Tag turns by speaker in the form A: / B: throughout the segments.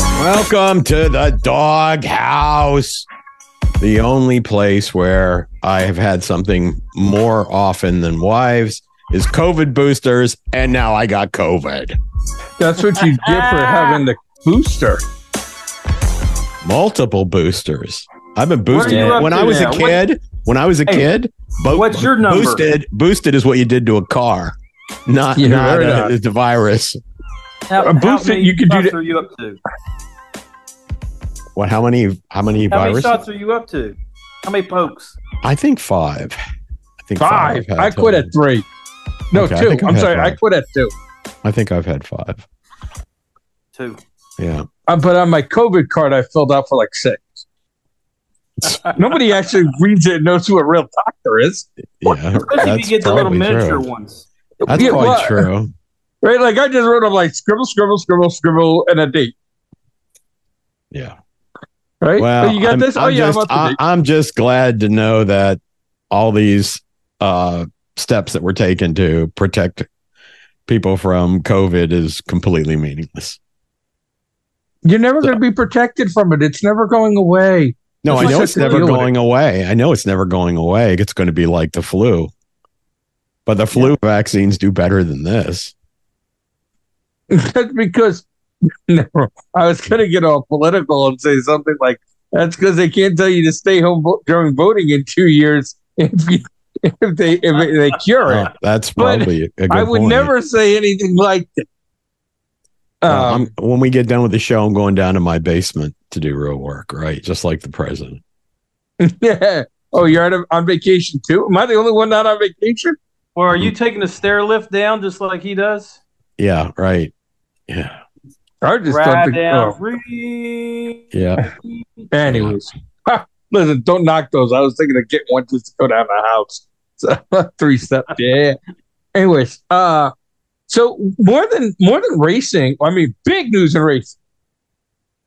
A: Welcome to the dog house. The only place where I have had something more often than wives is COVID boosters, and now I got COVID.
B: That's what you get for having the booster.
A: Multiple boosters. I've been boosted
B: What are you up
A: when
B: to
A: I was
B: now?
A: a
B: What-
A: kid. when I was a
B: Hey,
A: kid, bo-
B: what's your number?
A: Boosted, boosted is what you did to a car, not
B: Yeah,
A: not
B: right
A: a-
B: on.
A: it's a virus.
C: How,
B: A boost
C: how
B: that
C: many
B: you could do
C: shots
B: to-
C: Are you up to?
A: What? How many? How many
C: How many
A: viruses?
C: shots are you up to? How many pokes?
A: I think five. I think
B: Five.
A: I've had
B: I quit
A: total.
B: at three. No,
A: Okay, I think
B: two.
A: I
B: I'm
A: had
B: sorry. I
A: five.
B: quit at two.
A: I think I've had five.
C: Two.
A: Yeah.
B: Uh, but on my COVID card, I filled out for like six. Nobody actually reads it and knows who a real doctor is.
A: Yeah.
C: Especially if you get the little
A: probably
C: miniature
A: true.
C: ones.
A: That's
B: Yeah,
A: probably
B: what-
A: true.
B: Right? Like I just wrote up like scribble, scribble, scribble, scribble, and a date.
A: Yeah.
B: Right?
A: Well,
B: Oh, you got
A: I'm,
B: this?
A: I'm
B: oh, yeah.
A: just, uh,
B: I'm up to
A: I-
B: date.
A: I'm just glad to know that all these uh, steps that were taken to protect people from COVID is completely meaningless.
B: You're never going to be protected from it. It's never going away.
A: No,
B: That's
A: I know
B: what
A: it's
B: I said to
A: never
B: you.
A: going away. I know it's never going away. It's going to be like the flu. But the flu vaccines do better than this.
B: that's because never, I was going to get all political and say something like that's because they can't tell you to stay home vo- during voting in two years if you, if they if it- they cure
A: Oh,
B: it.
A: that's
B: But
A: probably a good
B: I would
A: point.
B: never say anything like that.
A: Well,
B: Um,
A: I'm, when we get done with the show, I'm going down to my basement to do real work, right? Just like the president.
B: yeah. Oh, you're out of, on vacation too. Am I the only one not on vacation?
C: Or are you taking a stair lift down just like he does?
A: Yeah, right. Yeah,
B: I just
C: right
B: don't think.
C: down.
B: oh.
C: Re-
A: yeah.
B: Anyways, Ha, listen, don't knock those. I was thinking of getting one just to go down the house. So three step, yeah. Anyways, uh, so more than more than racing, I mean, big news in racing.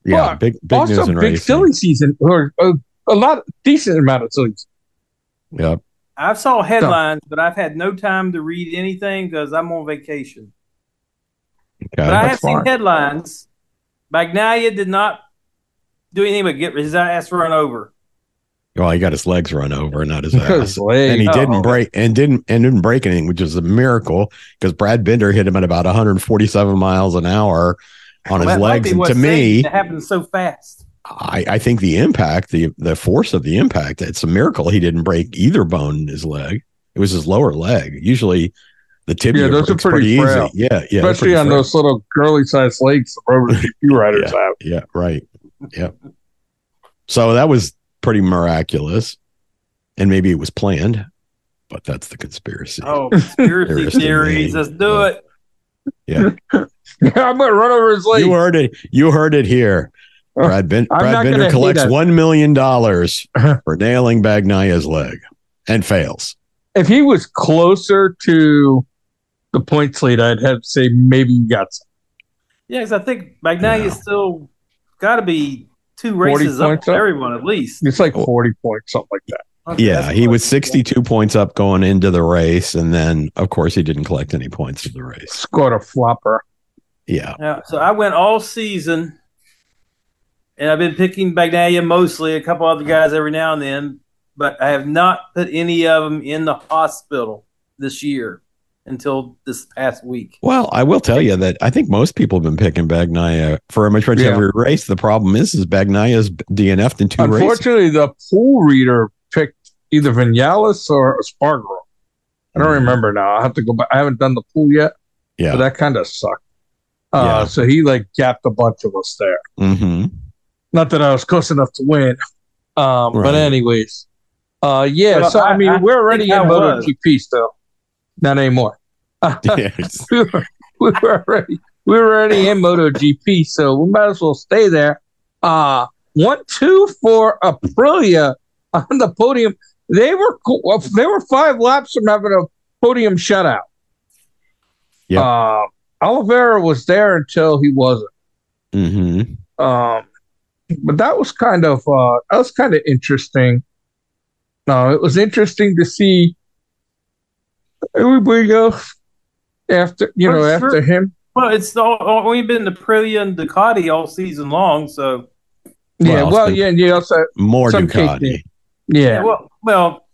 A: Yeah,
B: Fuck.
A: big big
B: also,
A: news in
B: big
A: racing.
B: silly season or uh, a lot decent amount of silly. season.
A: Yep.
C: I saw headlines, but I've had no time to read anything because I'm on vacation.
A: Okay.
C: but I have
B: that's
C: seen
B: fine.
C: headlines. Magnalia did not do anything but get his ass run over.
A: well, he got his legs run over, not his ass.
B: Slay.
A: And he
C: Oh.
A: didn't break and didn't and didn't break anything, which is a miracle because Brad Bender hit him at about 147 miles an hour on his
C: That might
A: legs.
C: be
A: And
C: what's
A: to
C: saying
A: me,
C: it happened so fast.
A: I, I think the impact, the the force of the impact, it's a miracle he didn't break either bone in his leg. It was his lower leg. Usually, the tibia
B: Yeah, those are
A: breaks pretty,
B: pretty frail.
A: easy. Yeah, yeah, they're
B: Especially
A: pretty
B: on
A: frail.
B: those little girly sized legs the rover GP riders have.
A: Yeah, right. Yeah. so that was pretty miraculous, and maybe it was planned, but that's the conspiracy.
C: Oh, conspiracy
A: Interesting.
C: theories. Let's do
A: Yeah.
C: it.
B: I'm gonna run over his leg.
A: you heard it. You heard it here. Brad, ben-
B: Uh, I'm
A: Brad
B: not gonna
A: Bender
B: hate
A: collects
B: us.
A: one million dollars for nailing Bagnaya's leg and fails.
B: if he was closer to the points lead, I'd have to say maybe he got some.
C: Yeah, because I think Magnalia
A: Yeah.
C: still got to be two
B: 40
C: races up
B: points
C: to
B: up?
C: everyone at least.
B: It's
A: Oh.
B: like forty points, something like that.
C: Okay,
A: Yeah,
C: that's
A: he
C: what-
A: was 62 points up going into the race, and then of course he didn't collect any points in the race.
B: Scored a flopper.
A: Yeah,
C: Yeah, so I went all season, and I've been picking Magnalia mostly, a couple other guys every now and then, but I have not put any of them in the hospital this year until this past week.
A: well, I will tell you that I think most people have been picking Bagnaya for pretty much
B: Yeah.
A: every race. The problem is, is Bagnaya's DNF'd in two races.
B: Unfortunately, the pool reader picked either Vinales or Spargo. I don't
A: Mhm.
B: remember now. I have to go back. I haven't done the pool yet, but
A: Yeah,
B: that kind of sucked. Uh,
A: Yeah.
B: So he like gapped a bunch of us there.
A: hmm
B: Not that I was close enough to win, um,
A: Right.
B: but anyways, uh, yeah.
C: Well,
B: so I,
C: I-
B: mean,
C: I
B: we're already in
C: think I was.
B: MotoGP still, not anymore.
A: yes.
B: we were, we were already we were already in MotoGP, so we might as well stay there. Uh one two for Aprilia on the podium. They were co- they were five laps from having a podium shutout.
A: Yep.
B: Uh, Oliveira was there until he wasn't.
A: hmm
B: Um, but that was kind of uh, that was kind of interesting. No, it was interesting to see everybody else after you know
C: Pretty sure-
B: after him.
C: Well, it's all, all- we've been to Aprilia and Ducati all season long, so
B: Yeah,
A: Well,
B: well,
A: it's
B: yeah, and you also,
A: More
B: Some cake
A: Ducati.
B: thing. yeah,
C: well, well.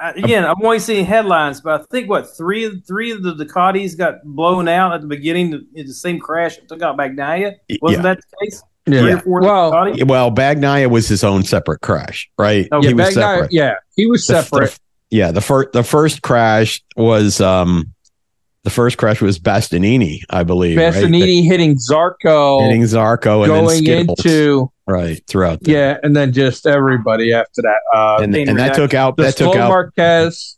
C: I-
A: Um,
C: Again, I'm only seeing headlines, but I think what three three of the Ducatis got blown out at the beginning in the same crash that took out Magnaia. Wasn't that the case? Three
B: yeah.
C: or four
B: Well,
C: Ducati?
A: Yeah. Well, Bagnaia was his own separate crash, right?
C: Okay.
A: He was
B: Bagnaia-
A: separate.
B: yeah, he was
A: The- the-
B: separate.
A: yeah, the first the first crash was um the first crash was Bastianini, I believe. right?
B: Bassanini hitting Zarco,
A: hitting Zarco and then
B: going
A: Skittles
B: into
A: right throughout. the-
B: yeah, and then just everybody after that. Uh,
A: and,
C: Pain
A: and that
C: reaction.
A: took out
B: the
A: that took
B: slow
A: out
B: Marquez,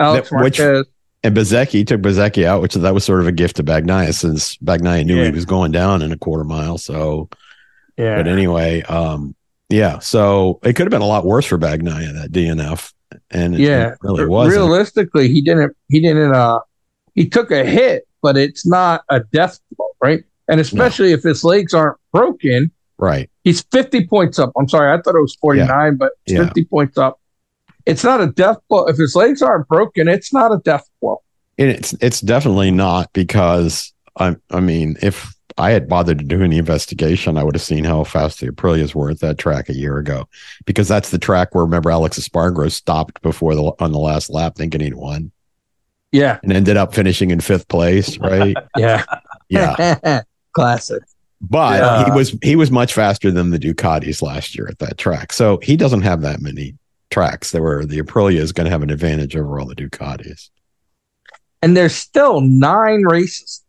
B: Alex
A: that- which
B: Marquez.
A: and Bezecchi took Bezecchi out, which that was sort of a gift to Bagnaia since Bagnaia knew
C: Yeah.
A: he was going down in a quarter mile. So, but
B: Yeah,
A: anyway, um, yeah. So it could have been a lot worse for Bagnaia that DNF, and it,
B: Yeah.
A: it really was. not
B: realistically, he didn't. He didn't. Uh, he took a hit, but it's not a death blow, right? And especially if his legs aren't broken,
A: right?
B: He's 50 points up. I'm sorry. I thought it was 49, but it's
A: Yeah.
B: 50 points up. It's not a death blow. If his legs aren't broken, it's not a death blow.
A: And it's it's definitely not because I I mean if I had bothered to do any investigation, I would have seen how fast the Aprilias were at that track a year ago, because that's the track where remember Alex Espargaro stopped before the on the last lap thinking he'd won
B: Yeah.
A: and ended up finishing in fifth place, right?
B: Yeah.
A: yeah,
B: Classic.
A: but
B: Yeah.
A: he was he was much faster than the Ducatis last year at that track, so he doesn't have that many tracks that where the Aprilia is going to have an advantage over all the Ducatis.
B: And there's still nine races.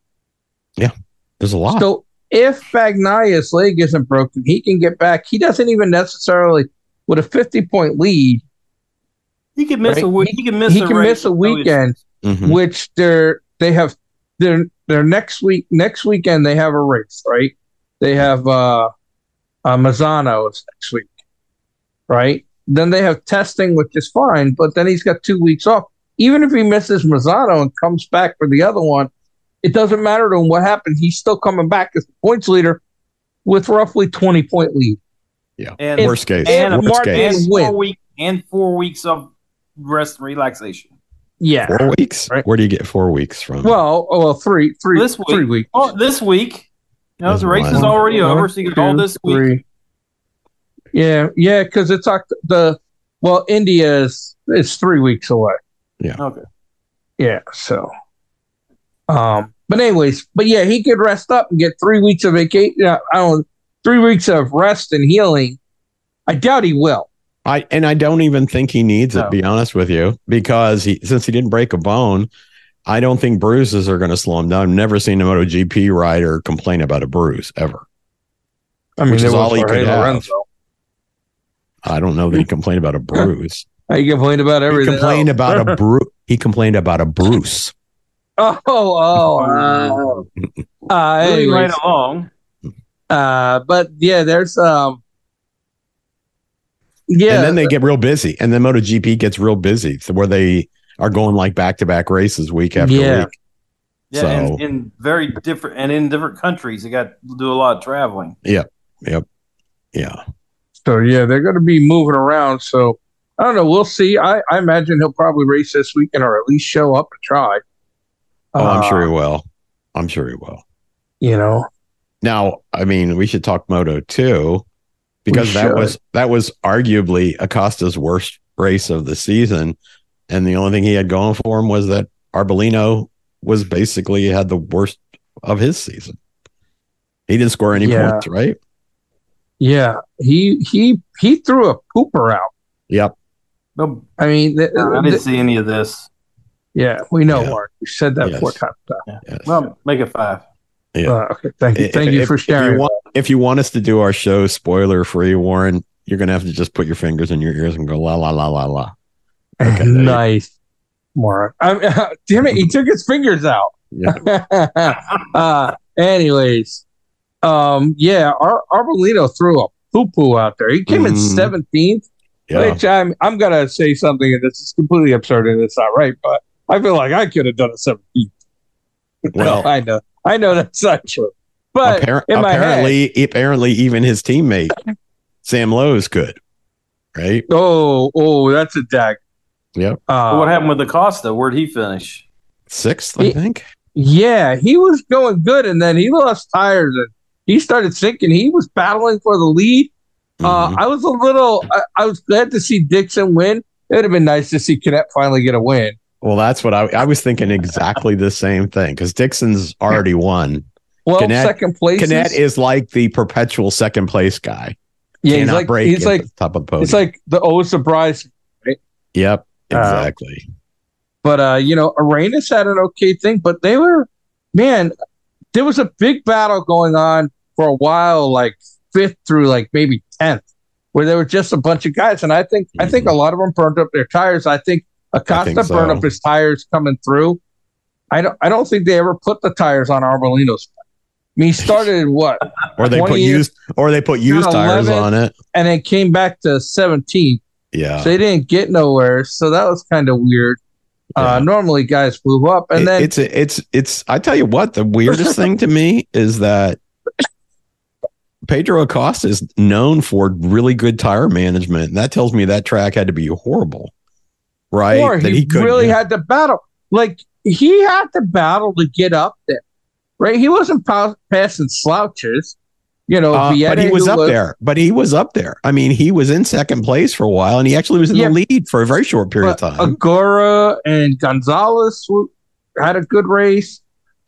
A: There's a lot.
B: So if Bagnaia's leg isn't broken, he can get back. He doesn't even necessarily, with a 50 point lead,
C: He could miss
B: Right.
C: a week. He could miss.
B: he
C: a
B: can
C: race
B: miss a
C: with no issue.
B: weekend,
C: Hmm.
A: Mhm.
B: which they're, they have, their their next week, next weekend, they have a race, right? They have, uh, uh, Mazzano is next week, right? Then they have testing, which is fine, but then he's got two weeks off. Even if he misses Mazzano and comes back for the other one, it doesn't matter to him what happened. He's still coming back as the points leader with roughly 20 point lead.
C: And
B: If-
A: worst case,
C: and
A: worst
B: Mark-
A: case,
C: and
B: Yes.
C: four
B: Win.
C: week and four weeks of rest and relaxation.
B: Yeah.
A: four weeks.
B: Right.
A: Where do you get four weeks from?
B: Well, oh, well, three, three,
C: This week.
B: three weeks.
C: Oh, this week, you know,
A: That's
C: the race is
A: wild.
C: already
B: One,
C: over, so you get all
B: two,
C: this week.
B: three. Yeah, yeah, because it's oct- the well, India is is three weeks away.
C: Okay.
B: Yeah, so. Um, but anyways, but yeah, he could rest up and get three weeks of vacation. I don't three weeks of rest and healing. I doubt he will.
A: I and I don't even think he needs it.
C: No.
A: Be honest with you, because he since he didn't break a bone, I don't think bruises are going to slow him down. I've never seen a MotoGP rider complain about a bruise ever.
B: I mean,
A: Which
B: there
A: is
B: was
A: all he
B: Jorge
A: could have.
B: Lorenzo.
A: I don't know that he complained about a bruise.
B: He complained about
A: he
B: everything.
A: complained
B: else.
A: about a bru- He complained about a bruise.
B: Oh, oh, uh, uh,
C: Moving
B: anyways.
C: right along.
B: Uh, but yeah, there's um, yeah,
A: and then they get real busy, and then MotoGP gets real busy, so where they are going like back to back races week after
B: Yeah.
A: week.
C: Yeah,
A: So-
C: and in very different and in different countries, they got to do a lot of traveling.
A: Yeah.
B: so yeah, they're going to be moving around. So I don't know. We'll see. I, I imagine he'll probably race this weekend, or at least show up and try.
A: Oh, I'm
B: Uh,
A: sure he will. I'm sure he will.
B: You know,
A: Now, I mean, we should talk Moto too, because that
B: should.
A: was that was arguably Acosta's worst race of the season, and the only thing he had going for him was that Arbolino was basically had the worst of his season. He didn't score any
B: Yeah.
A: points, right?
B: yeah, he he he threw a pooper out.
A: Yep.
C: No,
B: I mean, th-
C: I
B: th-
C: didn't see any of this.
B: yeah, we know,
A: Yeah.
B: Mark. We said that
A: Yes.
B: four times. now.
A: Yes.
C: Well, make it five.
A: Yeah.
B: Uh, okay, thank you,
A: If-
B: thank you
A: if-
B: for
A: If
B: sharing.
A: you, want, if you want us to do our show spoiler free, Warren, you're gonna have to just put your fingers in your ears and go la la la la la. Okay.
B: nice, Mark. I'm, damn it, he took his fingers out.
A: Yeah.
B: uh, anyways, um, yeah, Ar- Arbolino threw a poo poo out there. He came in
A: Mhm.
B: seventeenth,
A: Yeah.
B: which I'm I'm gonna say something and this is completely absurd and it's not right, but I feel like I could have done a seventeenth.
A: Well,
B: I know, I know that's not true, but
A: Appar-
B: in my head-
A: apparently, apparently, even his teammate Sam Lowe's could, right?
B: oh, oh, that's a dag.
A: Yep.
B: Uh,
C: what happened with Acosta? Where'd he finish?
A: Sixth, I
B: He-
A: think.
B: Yeah, he was going good, and then he lost tires and he started sinking. He was battling for the lead. Uh,
A: Mhm.
B: I was a little, I, I was glad to see Dixon win. It would have been nice to see Knapp finally get a win.
A: well, that's what I, I was thinking exactly the same thing because Dixon's already won.
B: Well,
A: Gannett-
B: second place.
A: Canet is like the perpetual second place guy.
B: yeah, he's
A: Cannot
B: like,
A: break
B: he's
A: at
B: like,
A: the top of the podium.
B: it's like the oh surprise.
A: yep,
B: Uh,
A: exactly.
B: But uh, you know, Uranus had an okay thing, but they were, man, there was a big battle going on for a while, like fifth through like maybe tenth, where there were just a bunch of guys, and I think I think
A: Mhm.
B: a lot of them burned up their tires. I think Acosta
A: think so.
B: burned up his tires coming through. I don't I don't think they ever put the tires on Arbolino's. I mean, he started what,
A: or they put
B: 20
A: used, or they put used
B: got
A: tires
B: 11.
A: on it.
B: and then came back to 17.
A: Yeah,
B: So they didn't get nowhere. So that was kind of weird. Uh,
A: Yeah.
B: normally guys move up, and
A: It-
B: then
A: it's it's it's. I tell you what, the weirdest thing to me is that Pedro Acosta is known for really good tire management. That tells me that track had to be horrible, right?
B: Or
A: that
B: he,
A: couldn't-
B: really had to battle. Like he had to battle to get up there, right? He wasn't pa- passing slouches, you know.
A: Uh, but he
B: Vieta,
A: was
B: who
A: up there. But he was up there. I mean, he was in second place for a while, and he actually was in
B: Yeah.
A: the lead for a very short period
B: but uh,
A: of time.
B: Agora and Gonzalez w- had a good race,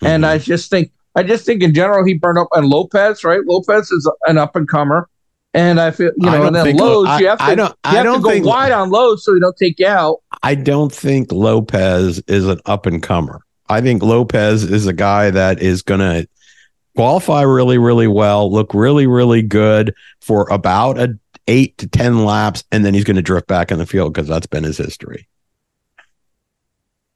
B: and
A: Mhm.
B: I just think, I just think in general he burned up. And Lopez, right? Lopez is an up and comer, and I feel you
A: I
B: know.
A: don't
B: And then
A: think-
B: Lowe's,
A: I-
B: you have to,
A: I don't.
B: you have
A: I don't
B: to go
A: think.
B: wide on Lowe's so he don't take you out.
A: I don't think Lopez is an up and comer. I think Lopez is a guy that is going to qualify really, really well, look really, really good for about a eight to ten laps, and then he's going to drift back in the field because that's been his history.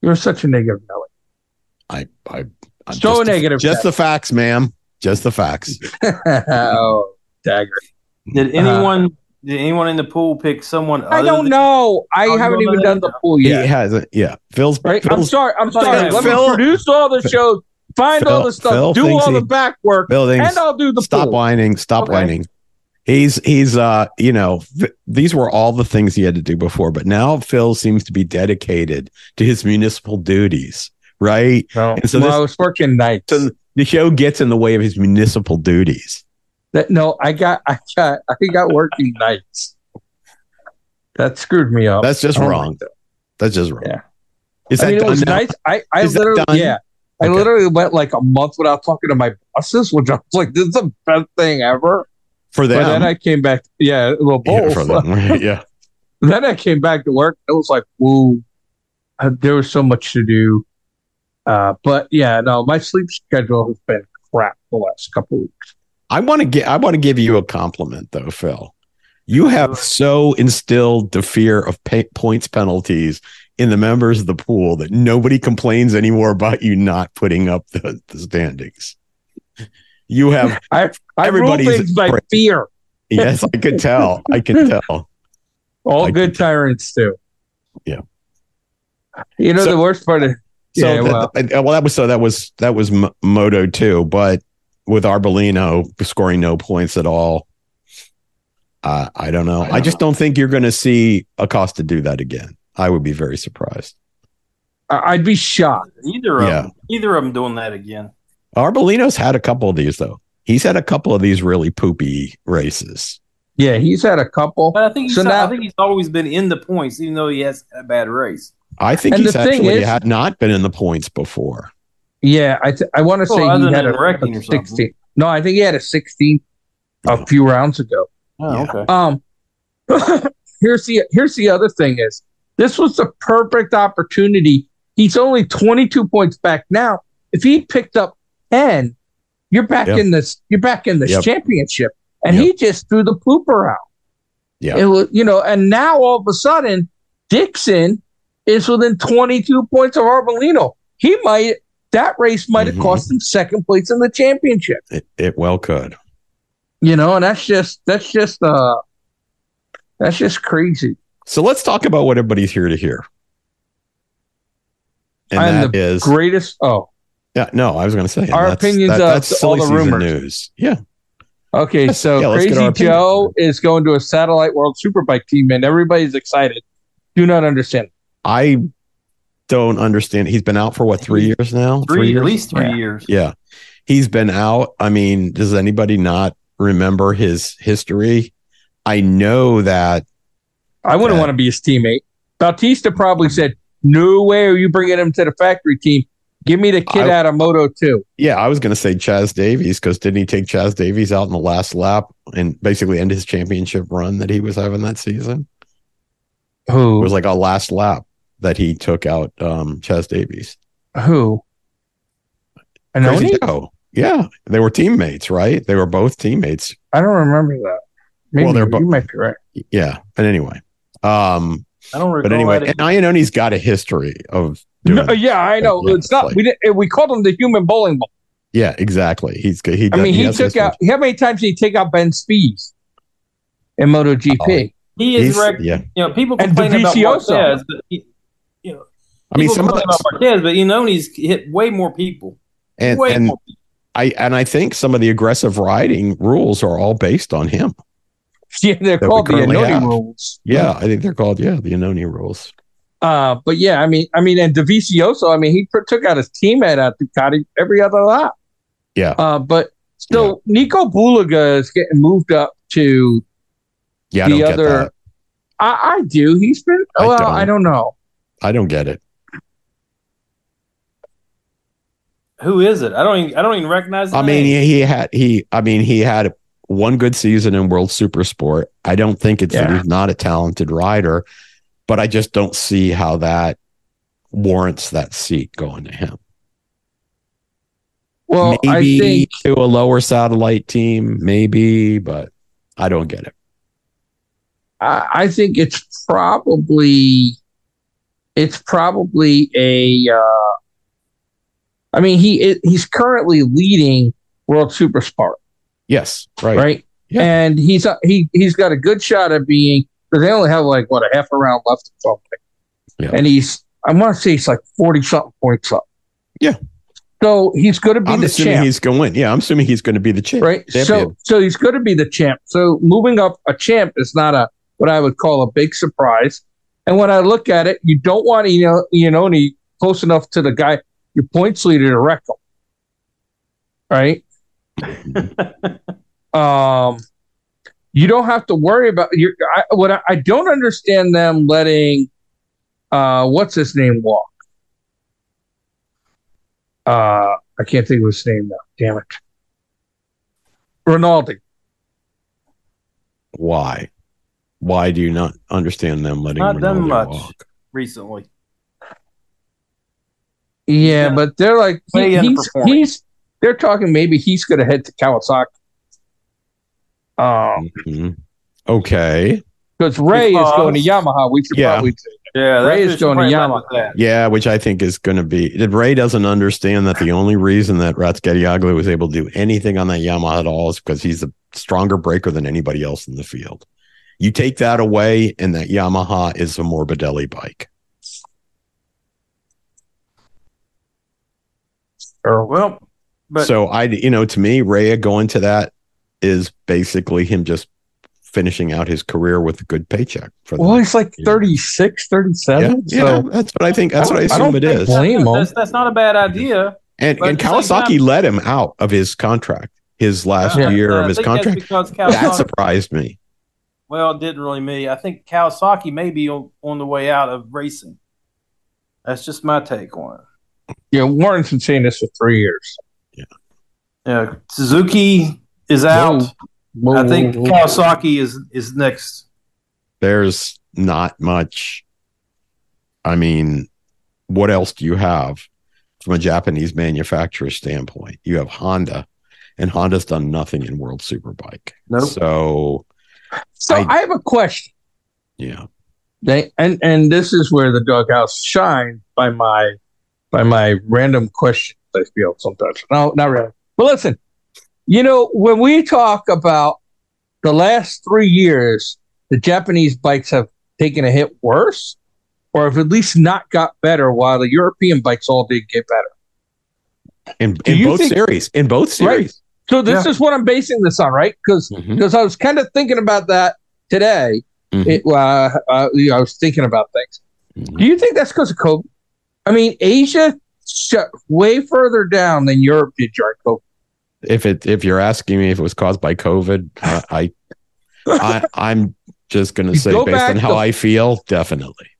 B: You're such a negative. Nelly.
A: I, I, I'm
B: So
A: just the-
B: negative,
A: just the facts, ma'am. Just the facts.
B: oh, dagger.
C: Did
A: Uh-huh.
C: anyone did anyone in the pool pick someone?
B: I
C: other
B: don't
C: than-
B: know. I
C: Oh, you
B: haven't
C: don't
B: even
C: know
B: done
C: that?
B: the pool
A: He
B: yet.
A: hasn't. Yeah, Phil's.
B: Right? I'm
A: Phil's
B: sorry. I'm
C: Phil-
B: sorry. Let
A: Phil-
B: me produce all the shows, find all the stuff,
A: Phil
B: do
A: thinks
B: all the
A: he-
B: back work,
A: Phil thinks-
B: and I'll do the
A: stop
B: pool.
A: whining stop
B: Okay.
A: whining he's he's uh you know th- these were all the things he had to do before but now phil seems to be dedicated to his municipal duties right
B: No.
A: And so
B: well,
A: this-
B: I was working nights.
A: so the show gets in the way of his municipal duties
B: That- no, I got, I got, I got working nights. That screwed me up.
A: that's just
B: Oh my
A: wrong
B: God.
A: that's just wrong
B: Yeah.
A: is that
B: I mean, it was
A: done now?
B: nice. I, I
A: Is that
B: literally,
A: done?
B: yeah, I
A: Okay.
B: literally went like a month without talking to my bosses, which I was like, this is the best thing ever.
A: for
B: But
A: them
B: then I came back, yeah, well,
A: Yeah,
B: both.
A: for them, right, yeah
B: then I came back to work. It was like, whoa, uh, there was so much to do. Uh, but yeah, no, my sleep schedule has been crap the last couple weeks.
A: I want to get I want to give you a compliment though, Phil. You have so instilled the fear of pa points penalties in the members of the pool that nobody complains anymore about you not putting up the, the standings. You have
B: I rule
A: Everybody's
B: things by
A: great.
B: fear.
A: yes, I could tell. I could tell.
B: All
A: I-
B: good tyrants do.
A: Yeah.
B: You know
A: So-
B: the worst part of
A: So
B: yeah,
A: that-
B: well,
A: that, well. that was so that was that was M- Moto too, but with Arbolino scoring no points at all. Uh, I don't know.
B: I
A: I,
B: don't
A: just don't think you're going to see Acosta do that again. I would be very surprised.
B: I- I'd be shocked.
C: Either of
A: Yeah.
C: them. Either of them doing that again.
A: Arbolino's had a couple of these though. He's had a couple of these really poopy races.
B: Yeah, he's had a couple.
C: But I think he's
B: So now-
C: I think he's always been in the points, even though he has a bad race.
A: I think
B: And
A: he's
B: the thing
A: actually
B: is-
A: had not been in the points before.
B: Yeah, I th- I want to
C: Well,
B: say
C: other
B: he had
C: than
B: a,
C: wrecking
B: a
C: or something.
B: 16. No, I think he had a 16
A: Yeah.
B: a few rounds ago.
C: Oh,
A: Yeah.
C: okay.
B: Um, here's the here's the other thing is this was the perfect opportunity. He's only 22 points back now. If he picked up 10, you're back
A: Yep.
B: in this. You're back in this
A: Yep.
B: championship, and he just threw the pooper out.
A: Yeah.
B: it was you know, and now all of a sudden Dixon is within 22 points of Arbolino. He might that race might have
A: Mhm.
B: cost him second place in the championship
A: It, it well could.
B: you know and that's just that's just uh that's just crazy
A: So let's talk about what everybody's here to hear. And
B: I'm
A: that is
B: greatest oh
A: yeah, no, I was going to say and
B: Our opinions of all the
A: silly season
B: rumors.
A: news. Yeah,
B: okay so
A: Yeah, let's get
B: crazy
A: our opinion.
B: joe is going to a satellite world superbike team and everybody's excited do not understand
A: I don't understand. He's been out for what three years now?
C: Three,
A: years?
C: at least three
B: Yeah.
C: years.
A: Yeah. He's been out. I mean, does anybody not remember his history? I know that
B: I wouldn't
A: Yeah.
B: want to be his teammate. Bautista probably said, "No way are you bringing him to the factory team. Give me the kid
A: I-
B: out of Moto two.
A: yeah, I was gonna say Chaz Davies, because didn't he take Chaz Davies out in the last lap and basically end his championship run that he was having that season? It
B: Who?
A: was like a last lap that he took out um Chaz Davies.
B: Who? Anoni?
A: Crazy Joe. Yeah. They were teammates, right? They were both teammates.
B: I don't remember that. Maybe
A: Well, they're
B: you
A: bo-
B: might be right.
A: Yeah. But anyway. Um,
C: I don't recall.
A: but anyway,
C: that.
A: and Iannoni's got a history of doing
B: No, uh, yeah, I know.
A: Yeah,
B: it's not.
A: like-
B: we didn't, we called him the human bowling ball.
A: Yeah, exactly. He's good. He,
B: I
A: does-
B: mean, he,
A: has
B: took
A: history.
B: out. How many times did he take out Ben Spees in MotoGP?
A: Oh.
B: GP?
C: he is
A: He's,
C: rec-
A: yeah.
C: You know, people
B: And
C: complain about
B: Dovizioso.
C: Marquez, but he,
A: I mean,
C: people
A: some of
C: complain
A: the,
C: about Marquez, but you know, he's hit way more people.
A: and,
C: way
A: and
C: more people.
A: I and I think some of the aggressive riding rules are all based on him.
B: Yeah, they're
A: That we
B: called the
A: currently
B: Anoni
A: have.
B: rules.
A: Yeah, I think they're called yeah the Anoni rules.
B: Uh, but yeah, I mean, I mean, and Davicioso, I mean, he pr- took out his teammate at Ducati every other lap.
A: Yeah.
B: Uh, but still, Nico Bulaga is getting moved up to.
A: Yeah, I
B: The
A: don't
B: other-
A: get that.
B: I, I do. He's been.
A: I
B: well,
A: don't.
B: I don't know.
A: I don't get it.
C: Who is it? I don't. Even, I don't even recognize. The
A: I mean,
C: name.
A: he, he had he. I mean, he had one good season in World Super Sport. I don't think it's that
B: Yeah.
A: he's not a talented rider, but I just don't see how that warrants that seat going to him.
B: Well,
A: maybe
B: I think
A: to a lower satellite team, maybe, but I don't get it.
B: I, I think it's probably it's probably a uh, I mean he i- he's currently leading World Super Sport,
A: Yes,
B: right?
A: right. Yeah.
B: And he's uh, he he's got a good shot at being because they only have like what a half a round left or something.
A: Yeah.
B: And he's I want to say he's like forty something points up.
A: Yeah.
B: So he's going to be
A: I'm
B: the
A: assuming
B: champ,
A: he's going to win. Yeah, I'm assuming he's going to be the champ.
B: right?
A: champion.
B: So so he's going to be the champ. So moving up a champ is not a what I would call a big surprise. And when I look at it, you don't want Ino- Iannone close enough to the guy, your points leader to wreck him. Right? um, you don't have to worry about your. I, what I, I don't understand them letting, uh, what's his name walk? Uh, I can't think of his name now. Damn it. Ronaldo.
A: Why? Why do you not understand them letting
C: Not done
A: Ronaldo
C: much.
A: walk?
C: recently.
B: Yeah,
C: Yeah.
B: but they're like he-
C: Way
B: he's,
C: underperforming.
B: he's they're talking maybe he's going to head to Kawasaki. Um,
A: Mhm. Okay.
B: because Ray is
C: Because-
B: going to Yamaha. We should
A: Yeah.
B: probably say.
C: Yeah,
B: Ray
C: that's
B: is going to
C: right
B: Yamaha.
C: with that.
A: Yeah, which I think is going to be. That Ray doesn't understand that the only reason that Ratsgadioglu was able to do anything on that Yamaha at all is because he's a stronger breaker than anybody else in the field. You take that away, and that Yamaha is a Morbidelli bike.
B: Or,
C: Well, but
A: so I, you know, to me, Rhea going to that is basically him just finishing out his career with a good paycheck. For the
B: well,
A: next-
B: he's like 36,
A: yeah,
B: 37.
A: yeah,
B: so
A: that's what I think. That's what I
B: I
A: assume
B: don't
A: it
B: think
A: is.
B: that- Blame 'em.
C: that's, that's not a bad idea.
A: And
C: but
A: and
C: at the same
A: Kawasaki
C: time-
A: let him out of his contract, his last
C: Uh,
A: year
C: uh,
A: of
C: I
A: his
C: think that's
A: contract.
C: because
A: That
C: Kawasaki.
A: surprised me.
C: well, it didn't really me. I think Kawasaki may be on, on the way out of racing. That's just my take on it.
B: yeah, Warren's been saying this for three years.
C: Yeah, Suzuki is out.
B: Whoa,
C: I think
B: whoa, whoa.
C: Kawasaki is is next.
A: There's not much. I mean, what else do you have from a Japanese manufacturer standpoint? You have Honda, and Honda's done nothing in World Superbike.
C: Nope.
A: So
B: So
A: I-
B: I, have a question.
A: yeah,
B: They, and and this is where the doghouse shines by my by my random questions. I feel sometimes. No, not really. But listen, you know when we talk about the last three years, the Japanese bikes have taken a hit worse, or have at least not got better, while the European bikes all did get better.
A: in,
B: Do
A: in
B: you
A: both
B: think-
A: series, in both series,
B: So this is what I'm basing this on, right? Because
A: Mhm.
B: because I was kind of thinking about that today.
A: Mhm.
B: It, uh, uh, you know, I was thinking about things.
A: Mhm.
B: Do you think that's because of COVID? I mean, Asia shut way further down than Europe did, Jarko.
A: If it if you're asking me if it was caused by COVID, uh, I, I I'm just gonna
B: You
A: say
B: go
A: based
B: back
A: on how
B: to-
A: I feel, definitely.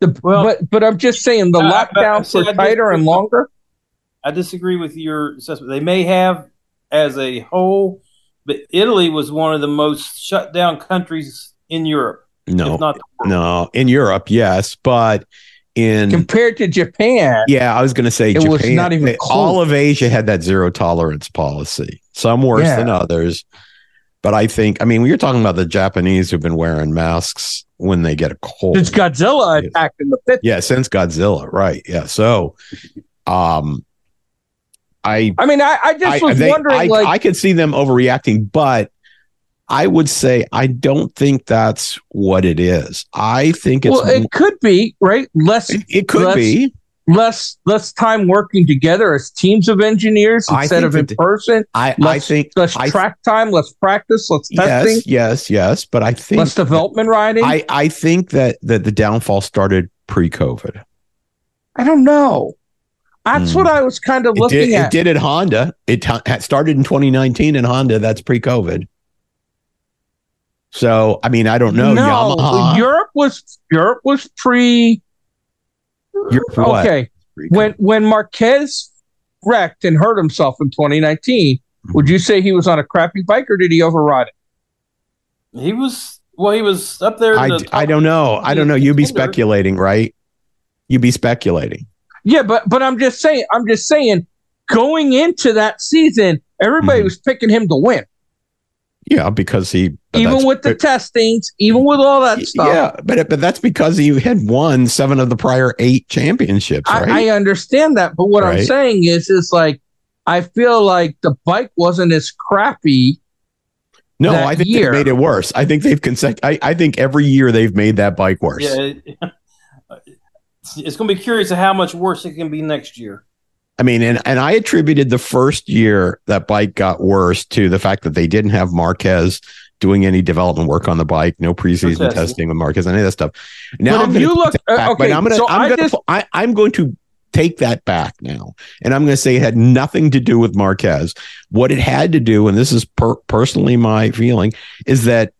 B: The,
C: Well-
B: but but I'm just saying the
C: Uh, but-
B: lockdowns
C: see, I
B: were
C: just-
B: tighter and longer.
C: I disagree with your assessment. They may have as a whole, but Italy was one of the most shut down countries in Europe.
A: No,
C: If not the world.
A: no. In Europe, yes, but in
B: Compared to Japan,
A: yeah, I was gonna say
B: It
A: Japan.
B: was not even
A: they-
B: close.
A: all of Asia had that zero tolerance policy. Some worse
B: Yeah.
A: than others, but I think I mean we are talking about the Japanese who've been wearing masks when they get a cold.
B: since Godzilla
A: Yes.
B: attacked in the 50s.
A: yeah, since Godzilla, right? Yeah, so um, I
B: I mean, I, I just
A: I,
B: was
A: they-
B: wondering,
A: I,
B: like,
A: I could see them overreacting, but I would say I don't think that's what it is. I think it's
B: well,
A: it,
B: it could be right less
A: it could
B: let's-
A: be.
B: less less time working together as teams of engineers
A: I
B: instead
A: think
B: of in
A: that-
B: person.
A: I I
B: let's-
A: think
B: Less
A: I-
B: track time, less practice, less testing,
A: yes, yes, yes, but I think
B: less development riding. I,
A: I I think that that the downfall started pre-COVID.
B: don't know. That's
A: Hmm.
B: what I was kind of
A: It
B: looking
A: did,
B: at.
A: it did at Honda. It t- it started in 2019 in Honda. That's pre-COVID. So I mean I don't know Oh, Yamaha.
B: Europe was Europe was pre.
A: Europe what?
B: Okay, when when Marquez wrecked and hurt himself in 2019,
A: Mm-hmm.
B: would you say he was on a crappy bike or did he override it?
C: He was well. He was up there. in
A: I,
C: the
A: d-
C: top.
A: I don't know. I don't know. You'd be
C: Contender.
A: speculating, right? You'd be speculating.
B: Yeah, but but I'm just saying, I'm just saying, going into that season, everybody
A: Mhm.
B: was picking him to win,
A: Yeah, because he but
B: even
A: that's-
B: with the
A: but-
B: testings, even with all that stuff.
A: yeah, but it- but that's because he had won seven of the prior eight championships,
B: I,
A: right?
B: I understand that, but what I'm
A: Right.
B: saying is, is like I feel like the bike wasn't as crappy.
A: no,
B: that
A: I think
B: year.
A: they made it worse. I think they've consec- I, I think every year they've made that bike worse.
C: Yeah, it- it's- it's going to be curious of how much worse it can be next year.
A: I mean, and and I attributed the first year that bike got worse to the fact that they didn't have Marquez doing any development work on the bike, no preseason
C: Precisely.
A: testing with Marquez, any of that stuff. Now I'm
B: but if
A: gonna
B: you look, uh,
A: back,
B: okay,
A: but I'm gonna
B: so
A: I'm
B: I
A: gonna
B: just
A: pu- I, I'm going to take that back now, and I'm going to say it had nothing to do with Marquez. What it had to do, and this is per- personally my feeling, is that,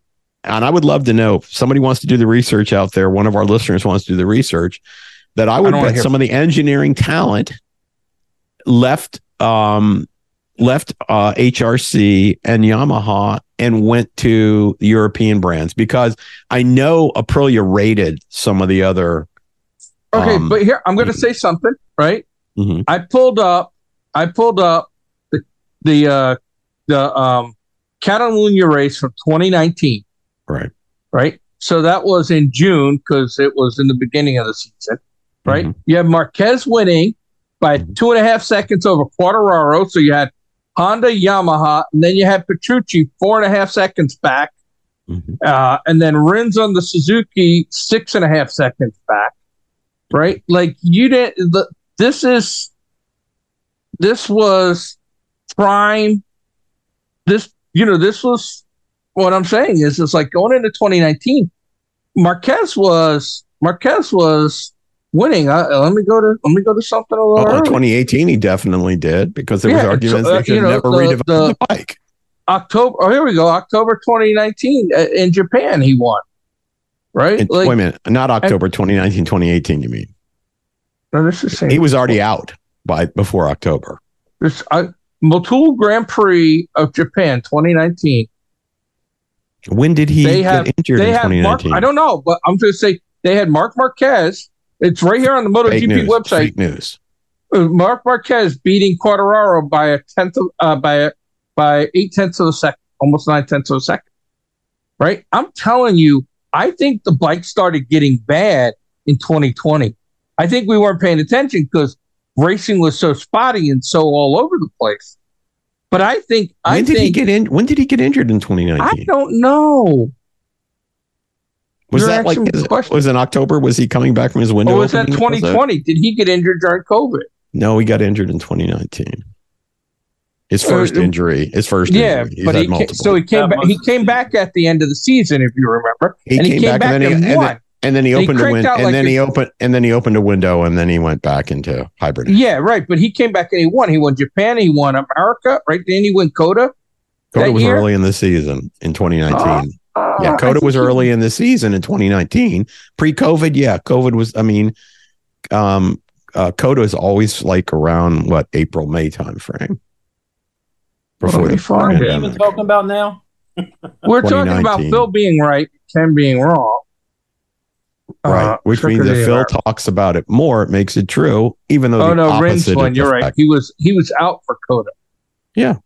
A: and I would love to know if somebody wants to do the research out there. One of our listeners wants to do the research. That I would
B: don't wanna
A: bet
B: hear
A: some of the engineering talent left um, left uh, HRC and Yamaha and went to the European brands because I know Aprilia rated some of the other.
B: Okay,
A: Um,
B: but here I'm going to say something, right?
A: Mhm.
B: I pulled up, I pulled up the the uh, the um, Catalunya race from 2019,
A: Right.
B: right? So that was in June because it was in the beginning of the season, right?
A: Mhm.
B: You have Marquez winning by
A: Mhm.
B: two and a half seconds over Quartararo, so you had Honda, Yamaha, and then you had Petrucci four and a half seconds back,
A: Mhm.
B: uh, and then Rins on the Suzuki six and a half seconds back, right? Like you didn't. The, this is this was prime. This you know this was what I'm saying is it's like going into 2019, Marquez was Marquez was winning. Uh, let me go to let me go to something a little
A: Well, in
B: early.
A: 2018, he definitely did because there was
B: Yeah, it's,
A: arguments
B: uh,
A: they should
B: you know,
A: never
B: the-
A: redevelop
B: the-
A: the, bike.
B: October. Oh, here we go. October 2019 uh, in Japan, he won. Right?
A: And- wait a minute, not October 2019, 2018. You mean
B: no, this is
A: he was already out by before October?
B: This uh, Motul Grand Prix of Japan 2019.
A: When did he
B: They
A: get
B: have-
A: injured
B: They
A: in
B: had Mark.
A: 2019?
B: I don't know, but I'm going to say they had Mark Marquez. It's right here on the
A: Fake
B: MotoGP
A: news.
B: website.
A: Fake news.
B: Uh, Mark Marquez beating Quartararo by a tenth of uh, by a, by eight tenths of a second, almost nine tenths of a second. Right? I'm telling you, I think the bike started getting bad in 2020. I think we weren't paying attention because racing was so spotty and so all over the place. But I think
A: When
B: I
A: did
B: think
A: he get in? When did he get injured in
B: I
A: 2019?
B: don't know.
A: Was
B: you're
A: that like
B: asking
A: his,
B: the question.
A: was in October? Was he coming back from his window?
B: Or was that
A: opening? Was
B: 2020? Did he get injured during COVID?
A: No, he got injured in 2019. His
B: Uh,
A: first
B: uh,
A: injury. His first
B: Yeah,
A: injury. He's
B: but
A: had
B: he ca-
A: multiple.
B: so he came
C: That
B: back.
C: must
B: He came
C: be-
B: back at the end of the season, if you remember,
A: He
B: and he came back,
A: and then
B: and,
A: he- and
B: won.
A: then- And then he
B: He
A: opened a
B: cranked
A: window,
B: out
A: and
B: like
A: then
B: a-
A: he opened, and then he opened a window, and then he went back into hibernation.
B: Yeah, right. But he came back and he won. He won Japan. He won America. Right? Then he won Coda.
A: Coda
B: That
A: was
B: year?
A: early in the season in 2019. yeah,
B: Ah, I
A: Coda
B: think
A: was
B: he-
A: early in the season in 2019. Pre-COVID, yeah, COVID was. I mean, um, uh, Coda is always like around what April May time frame.
B: Well, we find
C: What are
B: Yeah,
C: you
A: pandemic.
C: even talking about now?
B: We're talking about
A: 2019.
B: Phil being right, Ken being wrong.
A: right?
B: Uh,
A: Which means
B: Trickery
A: if Phil
B: America.
A: talks about it more, it makes it true, even though
B: Oh
A: the
B: no, Rins
A: opposite.
B: won.
A: is
B: You're
A: the
B: right.
A: fact.
B: He was he was out for Coda.
A: Yeah.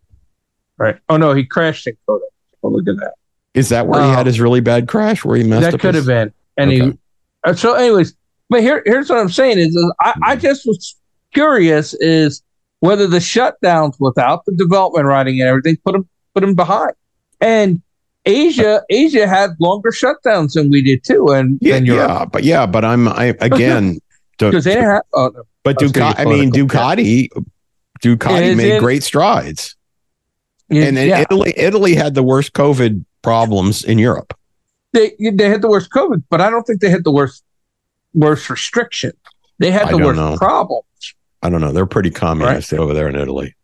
B: Right. Oh no, he crashed in Coda. Oh look at that.
A: Is that where he
B: Um,
A: had his really bad crash, where he messed
B: That
A: up?
B: could
A: his-
B: have been. And
A: Okay.
B: he. uh, So, anyways, but here here's what I'm saying is, is I,
A: Mm-hmm.
B: I just was curious is whether the shutdowns without the development writing and everything put them put them behind and. Asia, Asia had longer shutdowns than we did too, and
A: Yeah,
B: than Europe
A: yeah, but yeah, but I'm I again. to-
B: because they didn't have. Oh, no.
A: But
B: I was gonna
A: Ducati,
B: be
A: I mean,
B: political,
A: Ducati, Ducati
B: Is
A: made
B: it-
A: great strides, and then
B: yeah,
A: Italy, Italy had the worst COVID problems in Europe.
B: they they had the worst COVID, but I don't think they had the worst worst restriction. They
A: I
B: had the
A: don't
B: worst
A: know.
B: problem.
A: I don't know; they're pretty communist over there in Italy.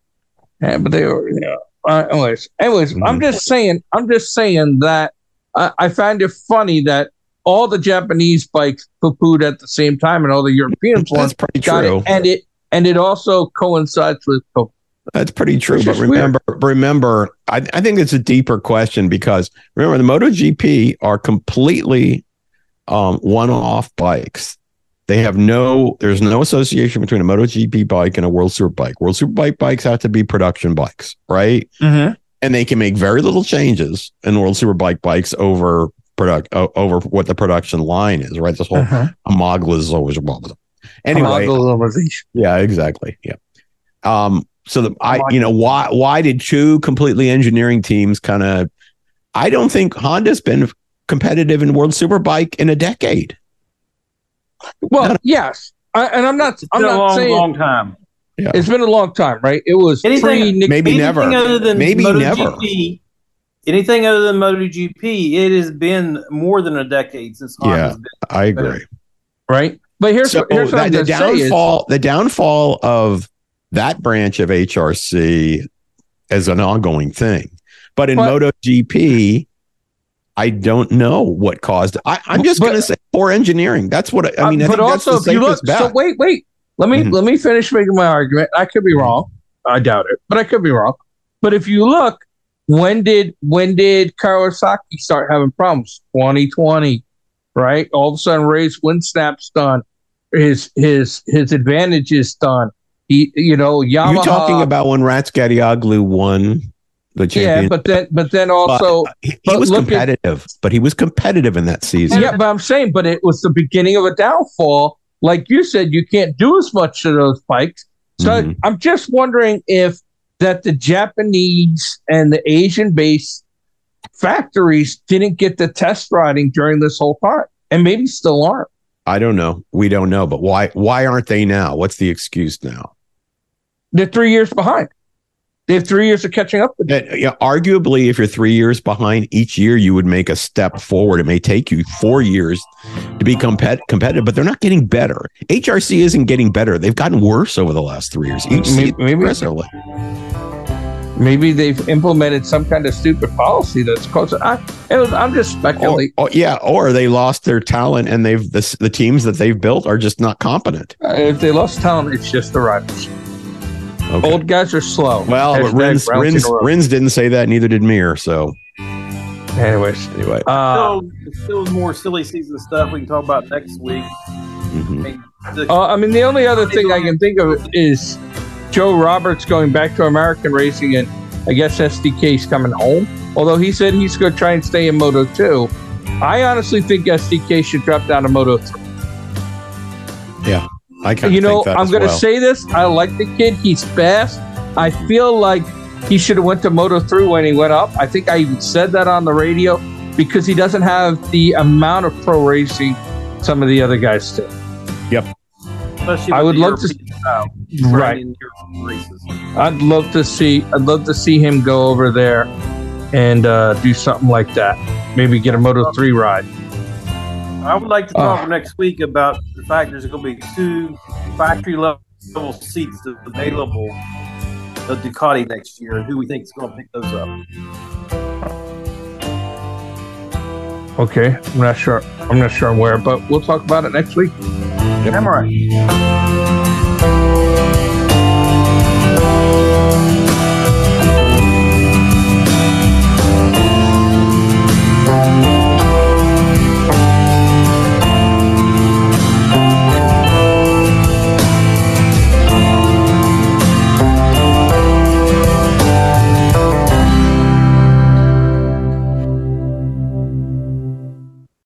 B: Yeah, but they were, you know. Uh, anyways, anyways, I'm
C: Mm-hmm.
A: Mhm.
B: just saying. I'm just saying that I, I find it funny that all the Japanese bikes poo-pooed at the same time, and all the Europeans
A: That's
B: ones
A: pretty
B: got
A: true.
B: it, and it and it also coincides with COVID.
A: That's pretty true.
B: It's
A: But
B: just weird.
A: remember, remember, I, I think it's a deeper question because remember the MotoGP are completely um, one-off bikes. They have no, there's no association between a MotoGP bike and a World Super bike. World Super bike bikes have to be production bikes, right?
C: Mm-hmm.
A: And they can make very little changes in World Super bike bikes over product o- over what the production line is, right? This whole
C: Mm-hmm.
A: Amagla is always a problem. Anyway,
B: Homologization.
A: yeah, exactly. Yeah. Um, so the I
B: Like-
A: you know why why did two completely engineering teams kind of I don't think Honda's been competitive in World Superbike in a decade.
B: well, yes, I, and I'm not.
C: It's
B: I'm
C: been
B: not
C: a long,
B: saying
C: long time.
B: it's been a long time, right? It was
C: Anything-
B: pre Nick
A: Maybe never.
C: Anything other than
A: Maybe
C: MotoGP, Anything other than MotoGP, it has been more than a decade since Honda's
A: Yeah.
C: been.
A: I agree.
B: right? But here's,
A: so
B: here's what
A: that-
B: I'm
A: the
B: going to say is,
A: downfall the downfall of that branch of HRC is an ongoing thing. But in
B: But-
A: MotoGP, I don't know what caused. I, I'm just
B: But-
A: going to say poor engineering. That's what I- I mean. I
B: uh, but
A: think
B: also
A: that's
B: if
A: the
B: you look,
A: safest bet.
B: so wait, wait, let me
A: Mhm.
B: let me finish making my argument. I could
A: Mm-hmm.
B: be wrong. I doubt it, but I could be wrong. But if you look, when did when did Kawasaki start having problems? 2020, right? All of a sudden, Ray's wind snap's done. His his his advantage is done. He, you know, Yamaha.
A: You're talking about when Ratskadioglu won the
B: yeah,
A: championship.
B: but then but then also
A: He- he,
B: but
A: was
B: look at-
A: competitive, but he was competitive in that season.
B: Yeah, but I'm saying, but it was the beginning of a downfall. Like you said, you can't do as much to those bikes. So I-
A: Mhm.
B: I'm just wondering if that the Japanese and the Asian based factories didn't get the test riding during this whole time, and maybe still aren't.
A: I don't know. We don't know, but why why aren't they now? What's the excuse now?
B: They're three years behind. They have three years of catching up with.
A: That yeah, arguably if you're 3 years behind each year you would make a step forward. It may take you 4 years to be compet- competitive, but they're not getting better. HRC isn't getting better. They've gotten worse over the last 3 years. Each
B: Maybe,
A: season,
B: maybe,
A: progressively.
B: maybe they've implemented some kind of stupid policy that's causing. I, it was, I'm just
A: Or,
B: speculating.
A: or- yeah, or they lost their talent and they've the, the teams that they've built are just not competent.
B: Uh, if they lost talent, it's just the riders.
A: Okay.
B: Old guys are slow.
A: Well, but
B: Hashtag
A: Rins,
B: rounds in
A: Rins,
B: a row.
A: Rins didn't say that, neither did Mir. So
B: Anyways,
A: anyway,
B: uh,
C: Still, still more silly season stuff we can talk about next week. Mm-hmm.
A: mhm.
C: The-
B: uh, I mean, the only other thing I can think of is Joe Roberts going back to American racing, and I guess SDK's coming home. Although he said he's going to try and stay in Moto 2. I honestly think SDK should drop down to Moto 3.
A: I kind of
B: you
A: think
B: know,
A: that
B: I'm
A: as
B: going to
A: well.
B: say this. I like the kid. He's fast. I feel like he should have went to Moto 3 when he went up. I think I even said that on the radio because he doesn't have the amount of pro racing some of the other guys do.
C: especially
B: I
C: with
B: would
C: the
B: love to-
C: European style,
B: Right.
C: in European races.
B: I'd love to see. I'd love to see him go over there and uh, do something like that. Maybe get a Moto 3 ride.
C: I would like to talk next week about the fact there's going to be two factory level seats available of Ducati next year, and who we think is going to pick those up.
B: Okay, I'm not sure. I'm not sure where, but we'll talk about it next week.
A: Yep.
B: Samurai.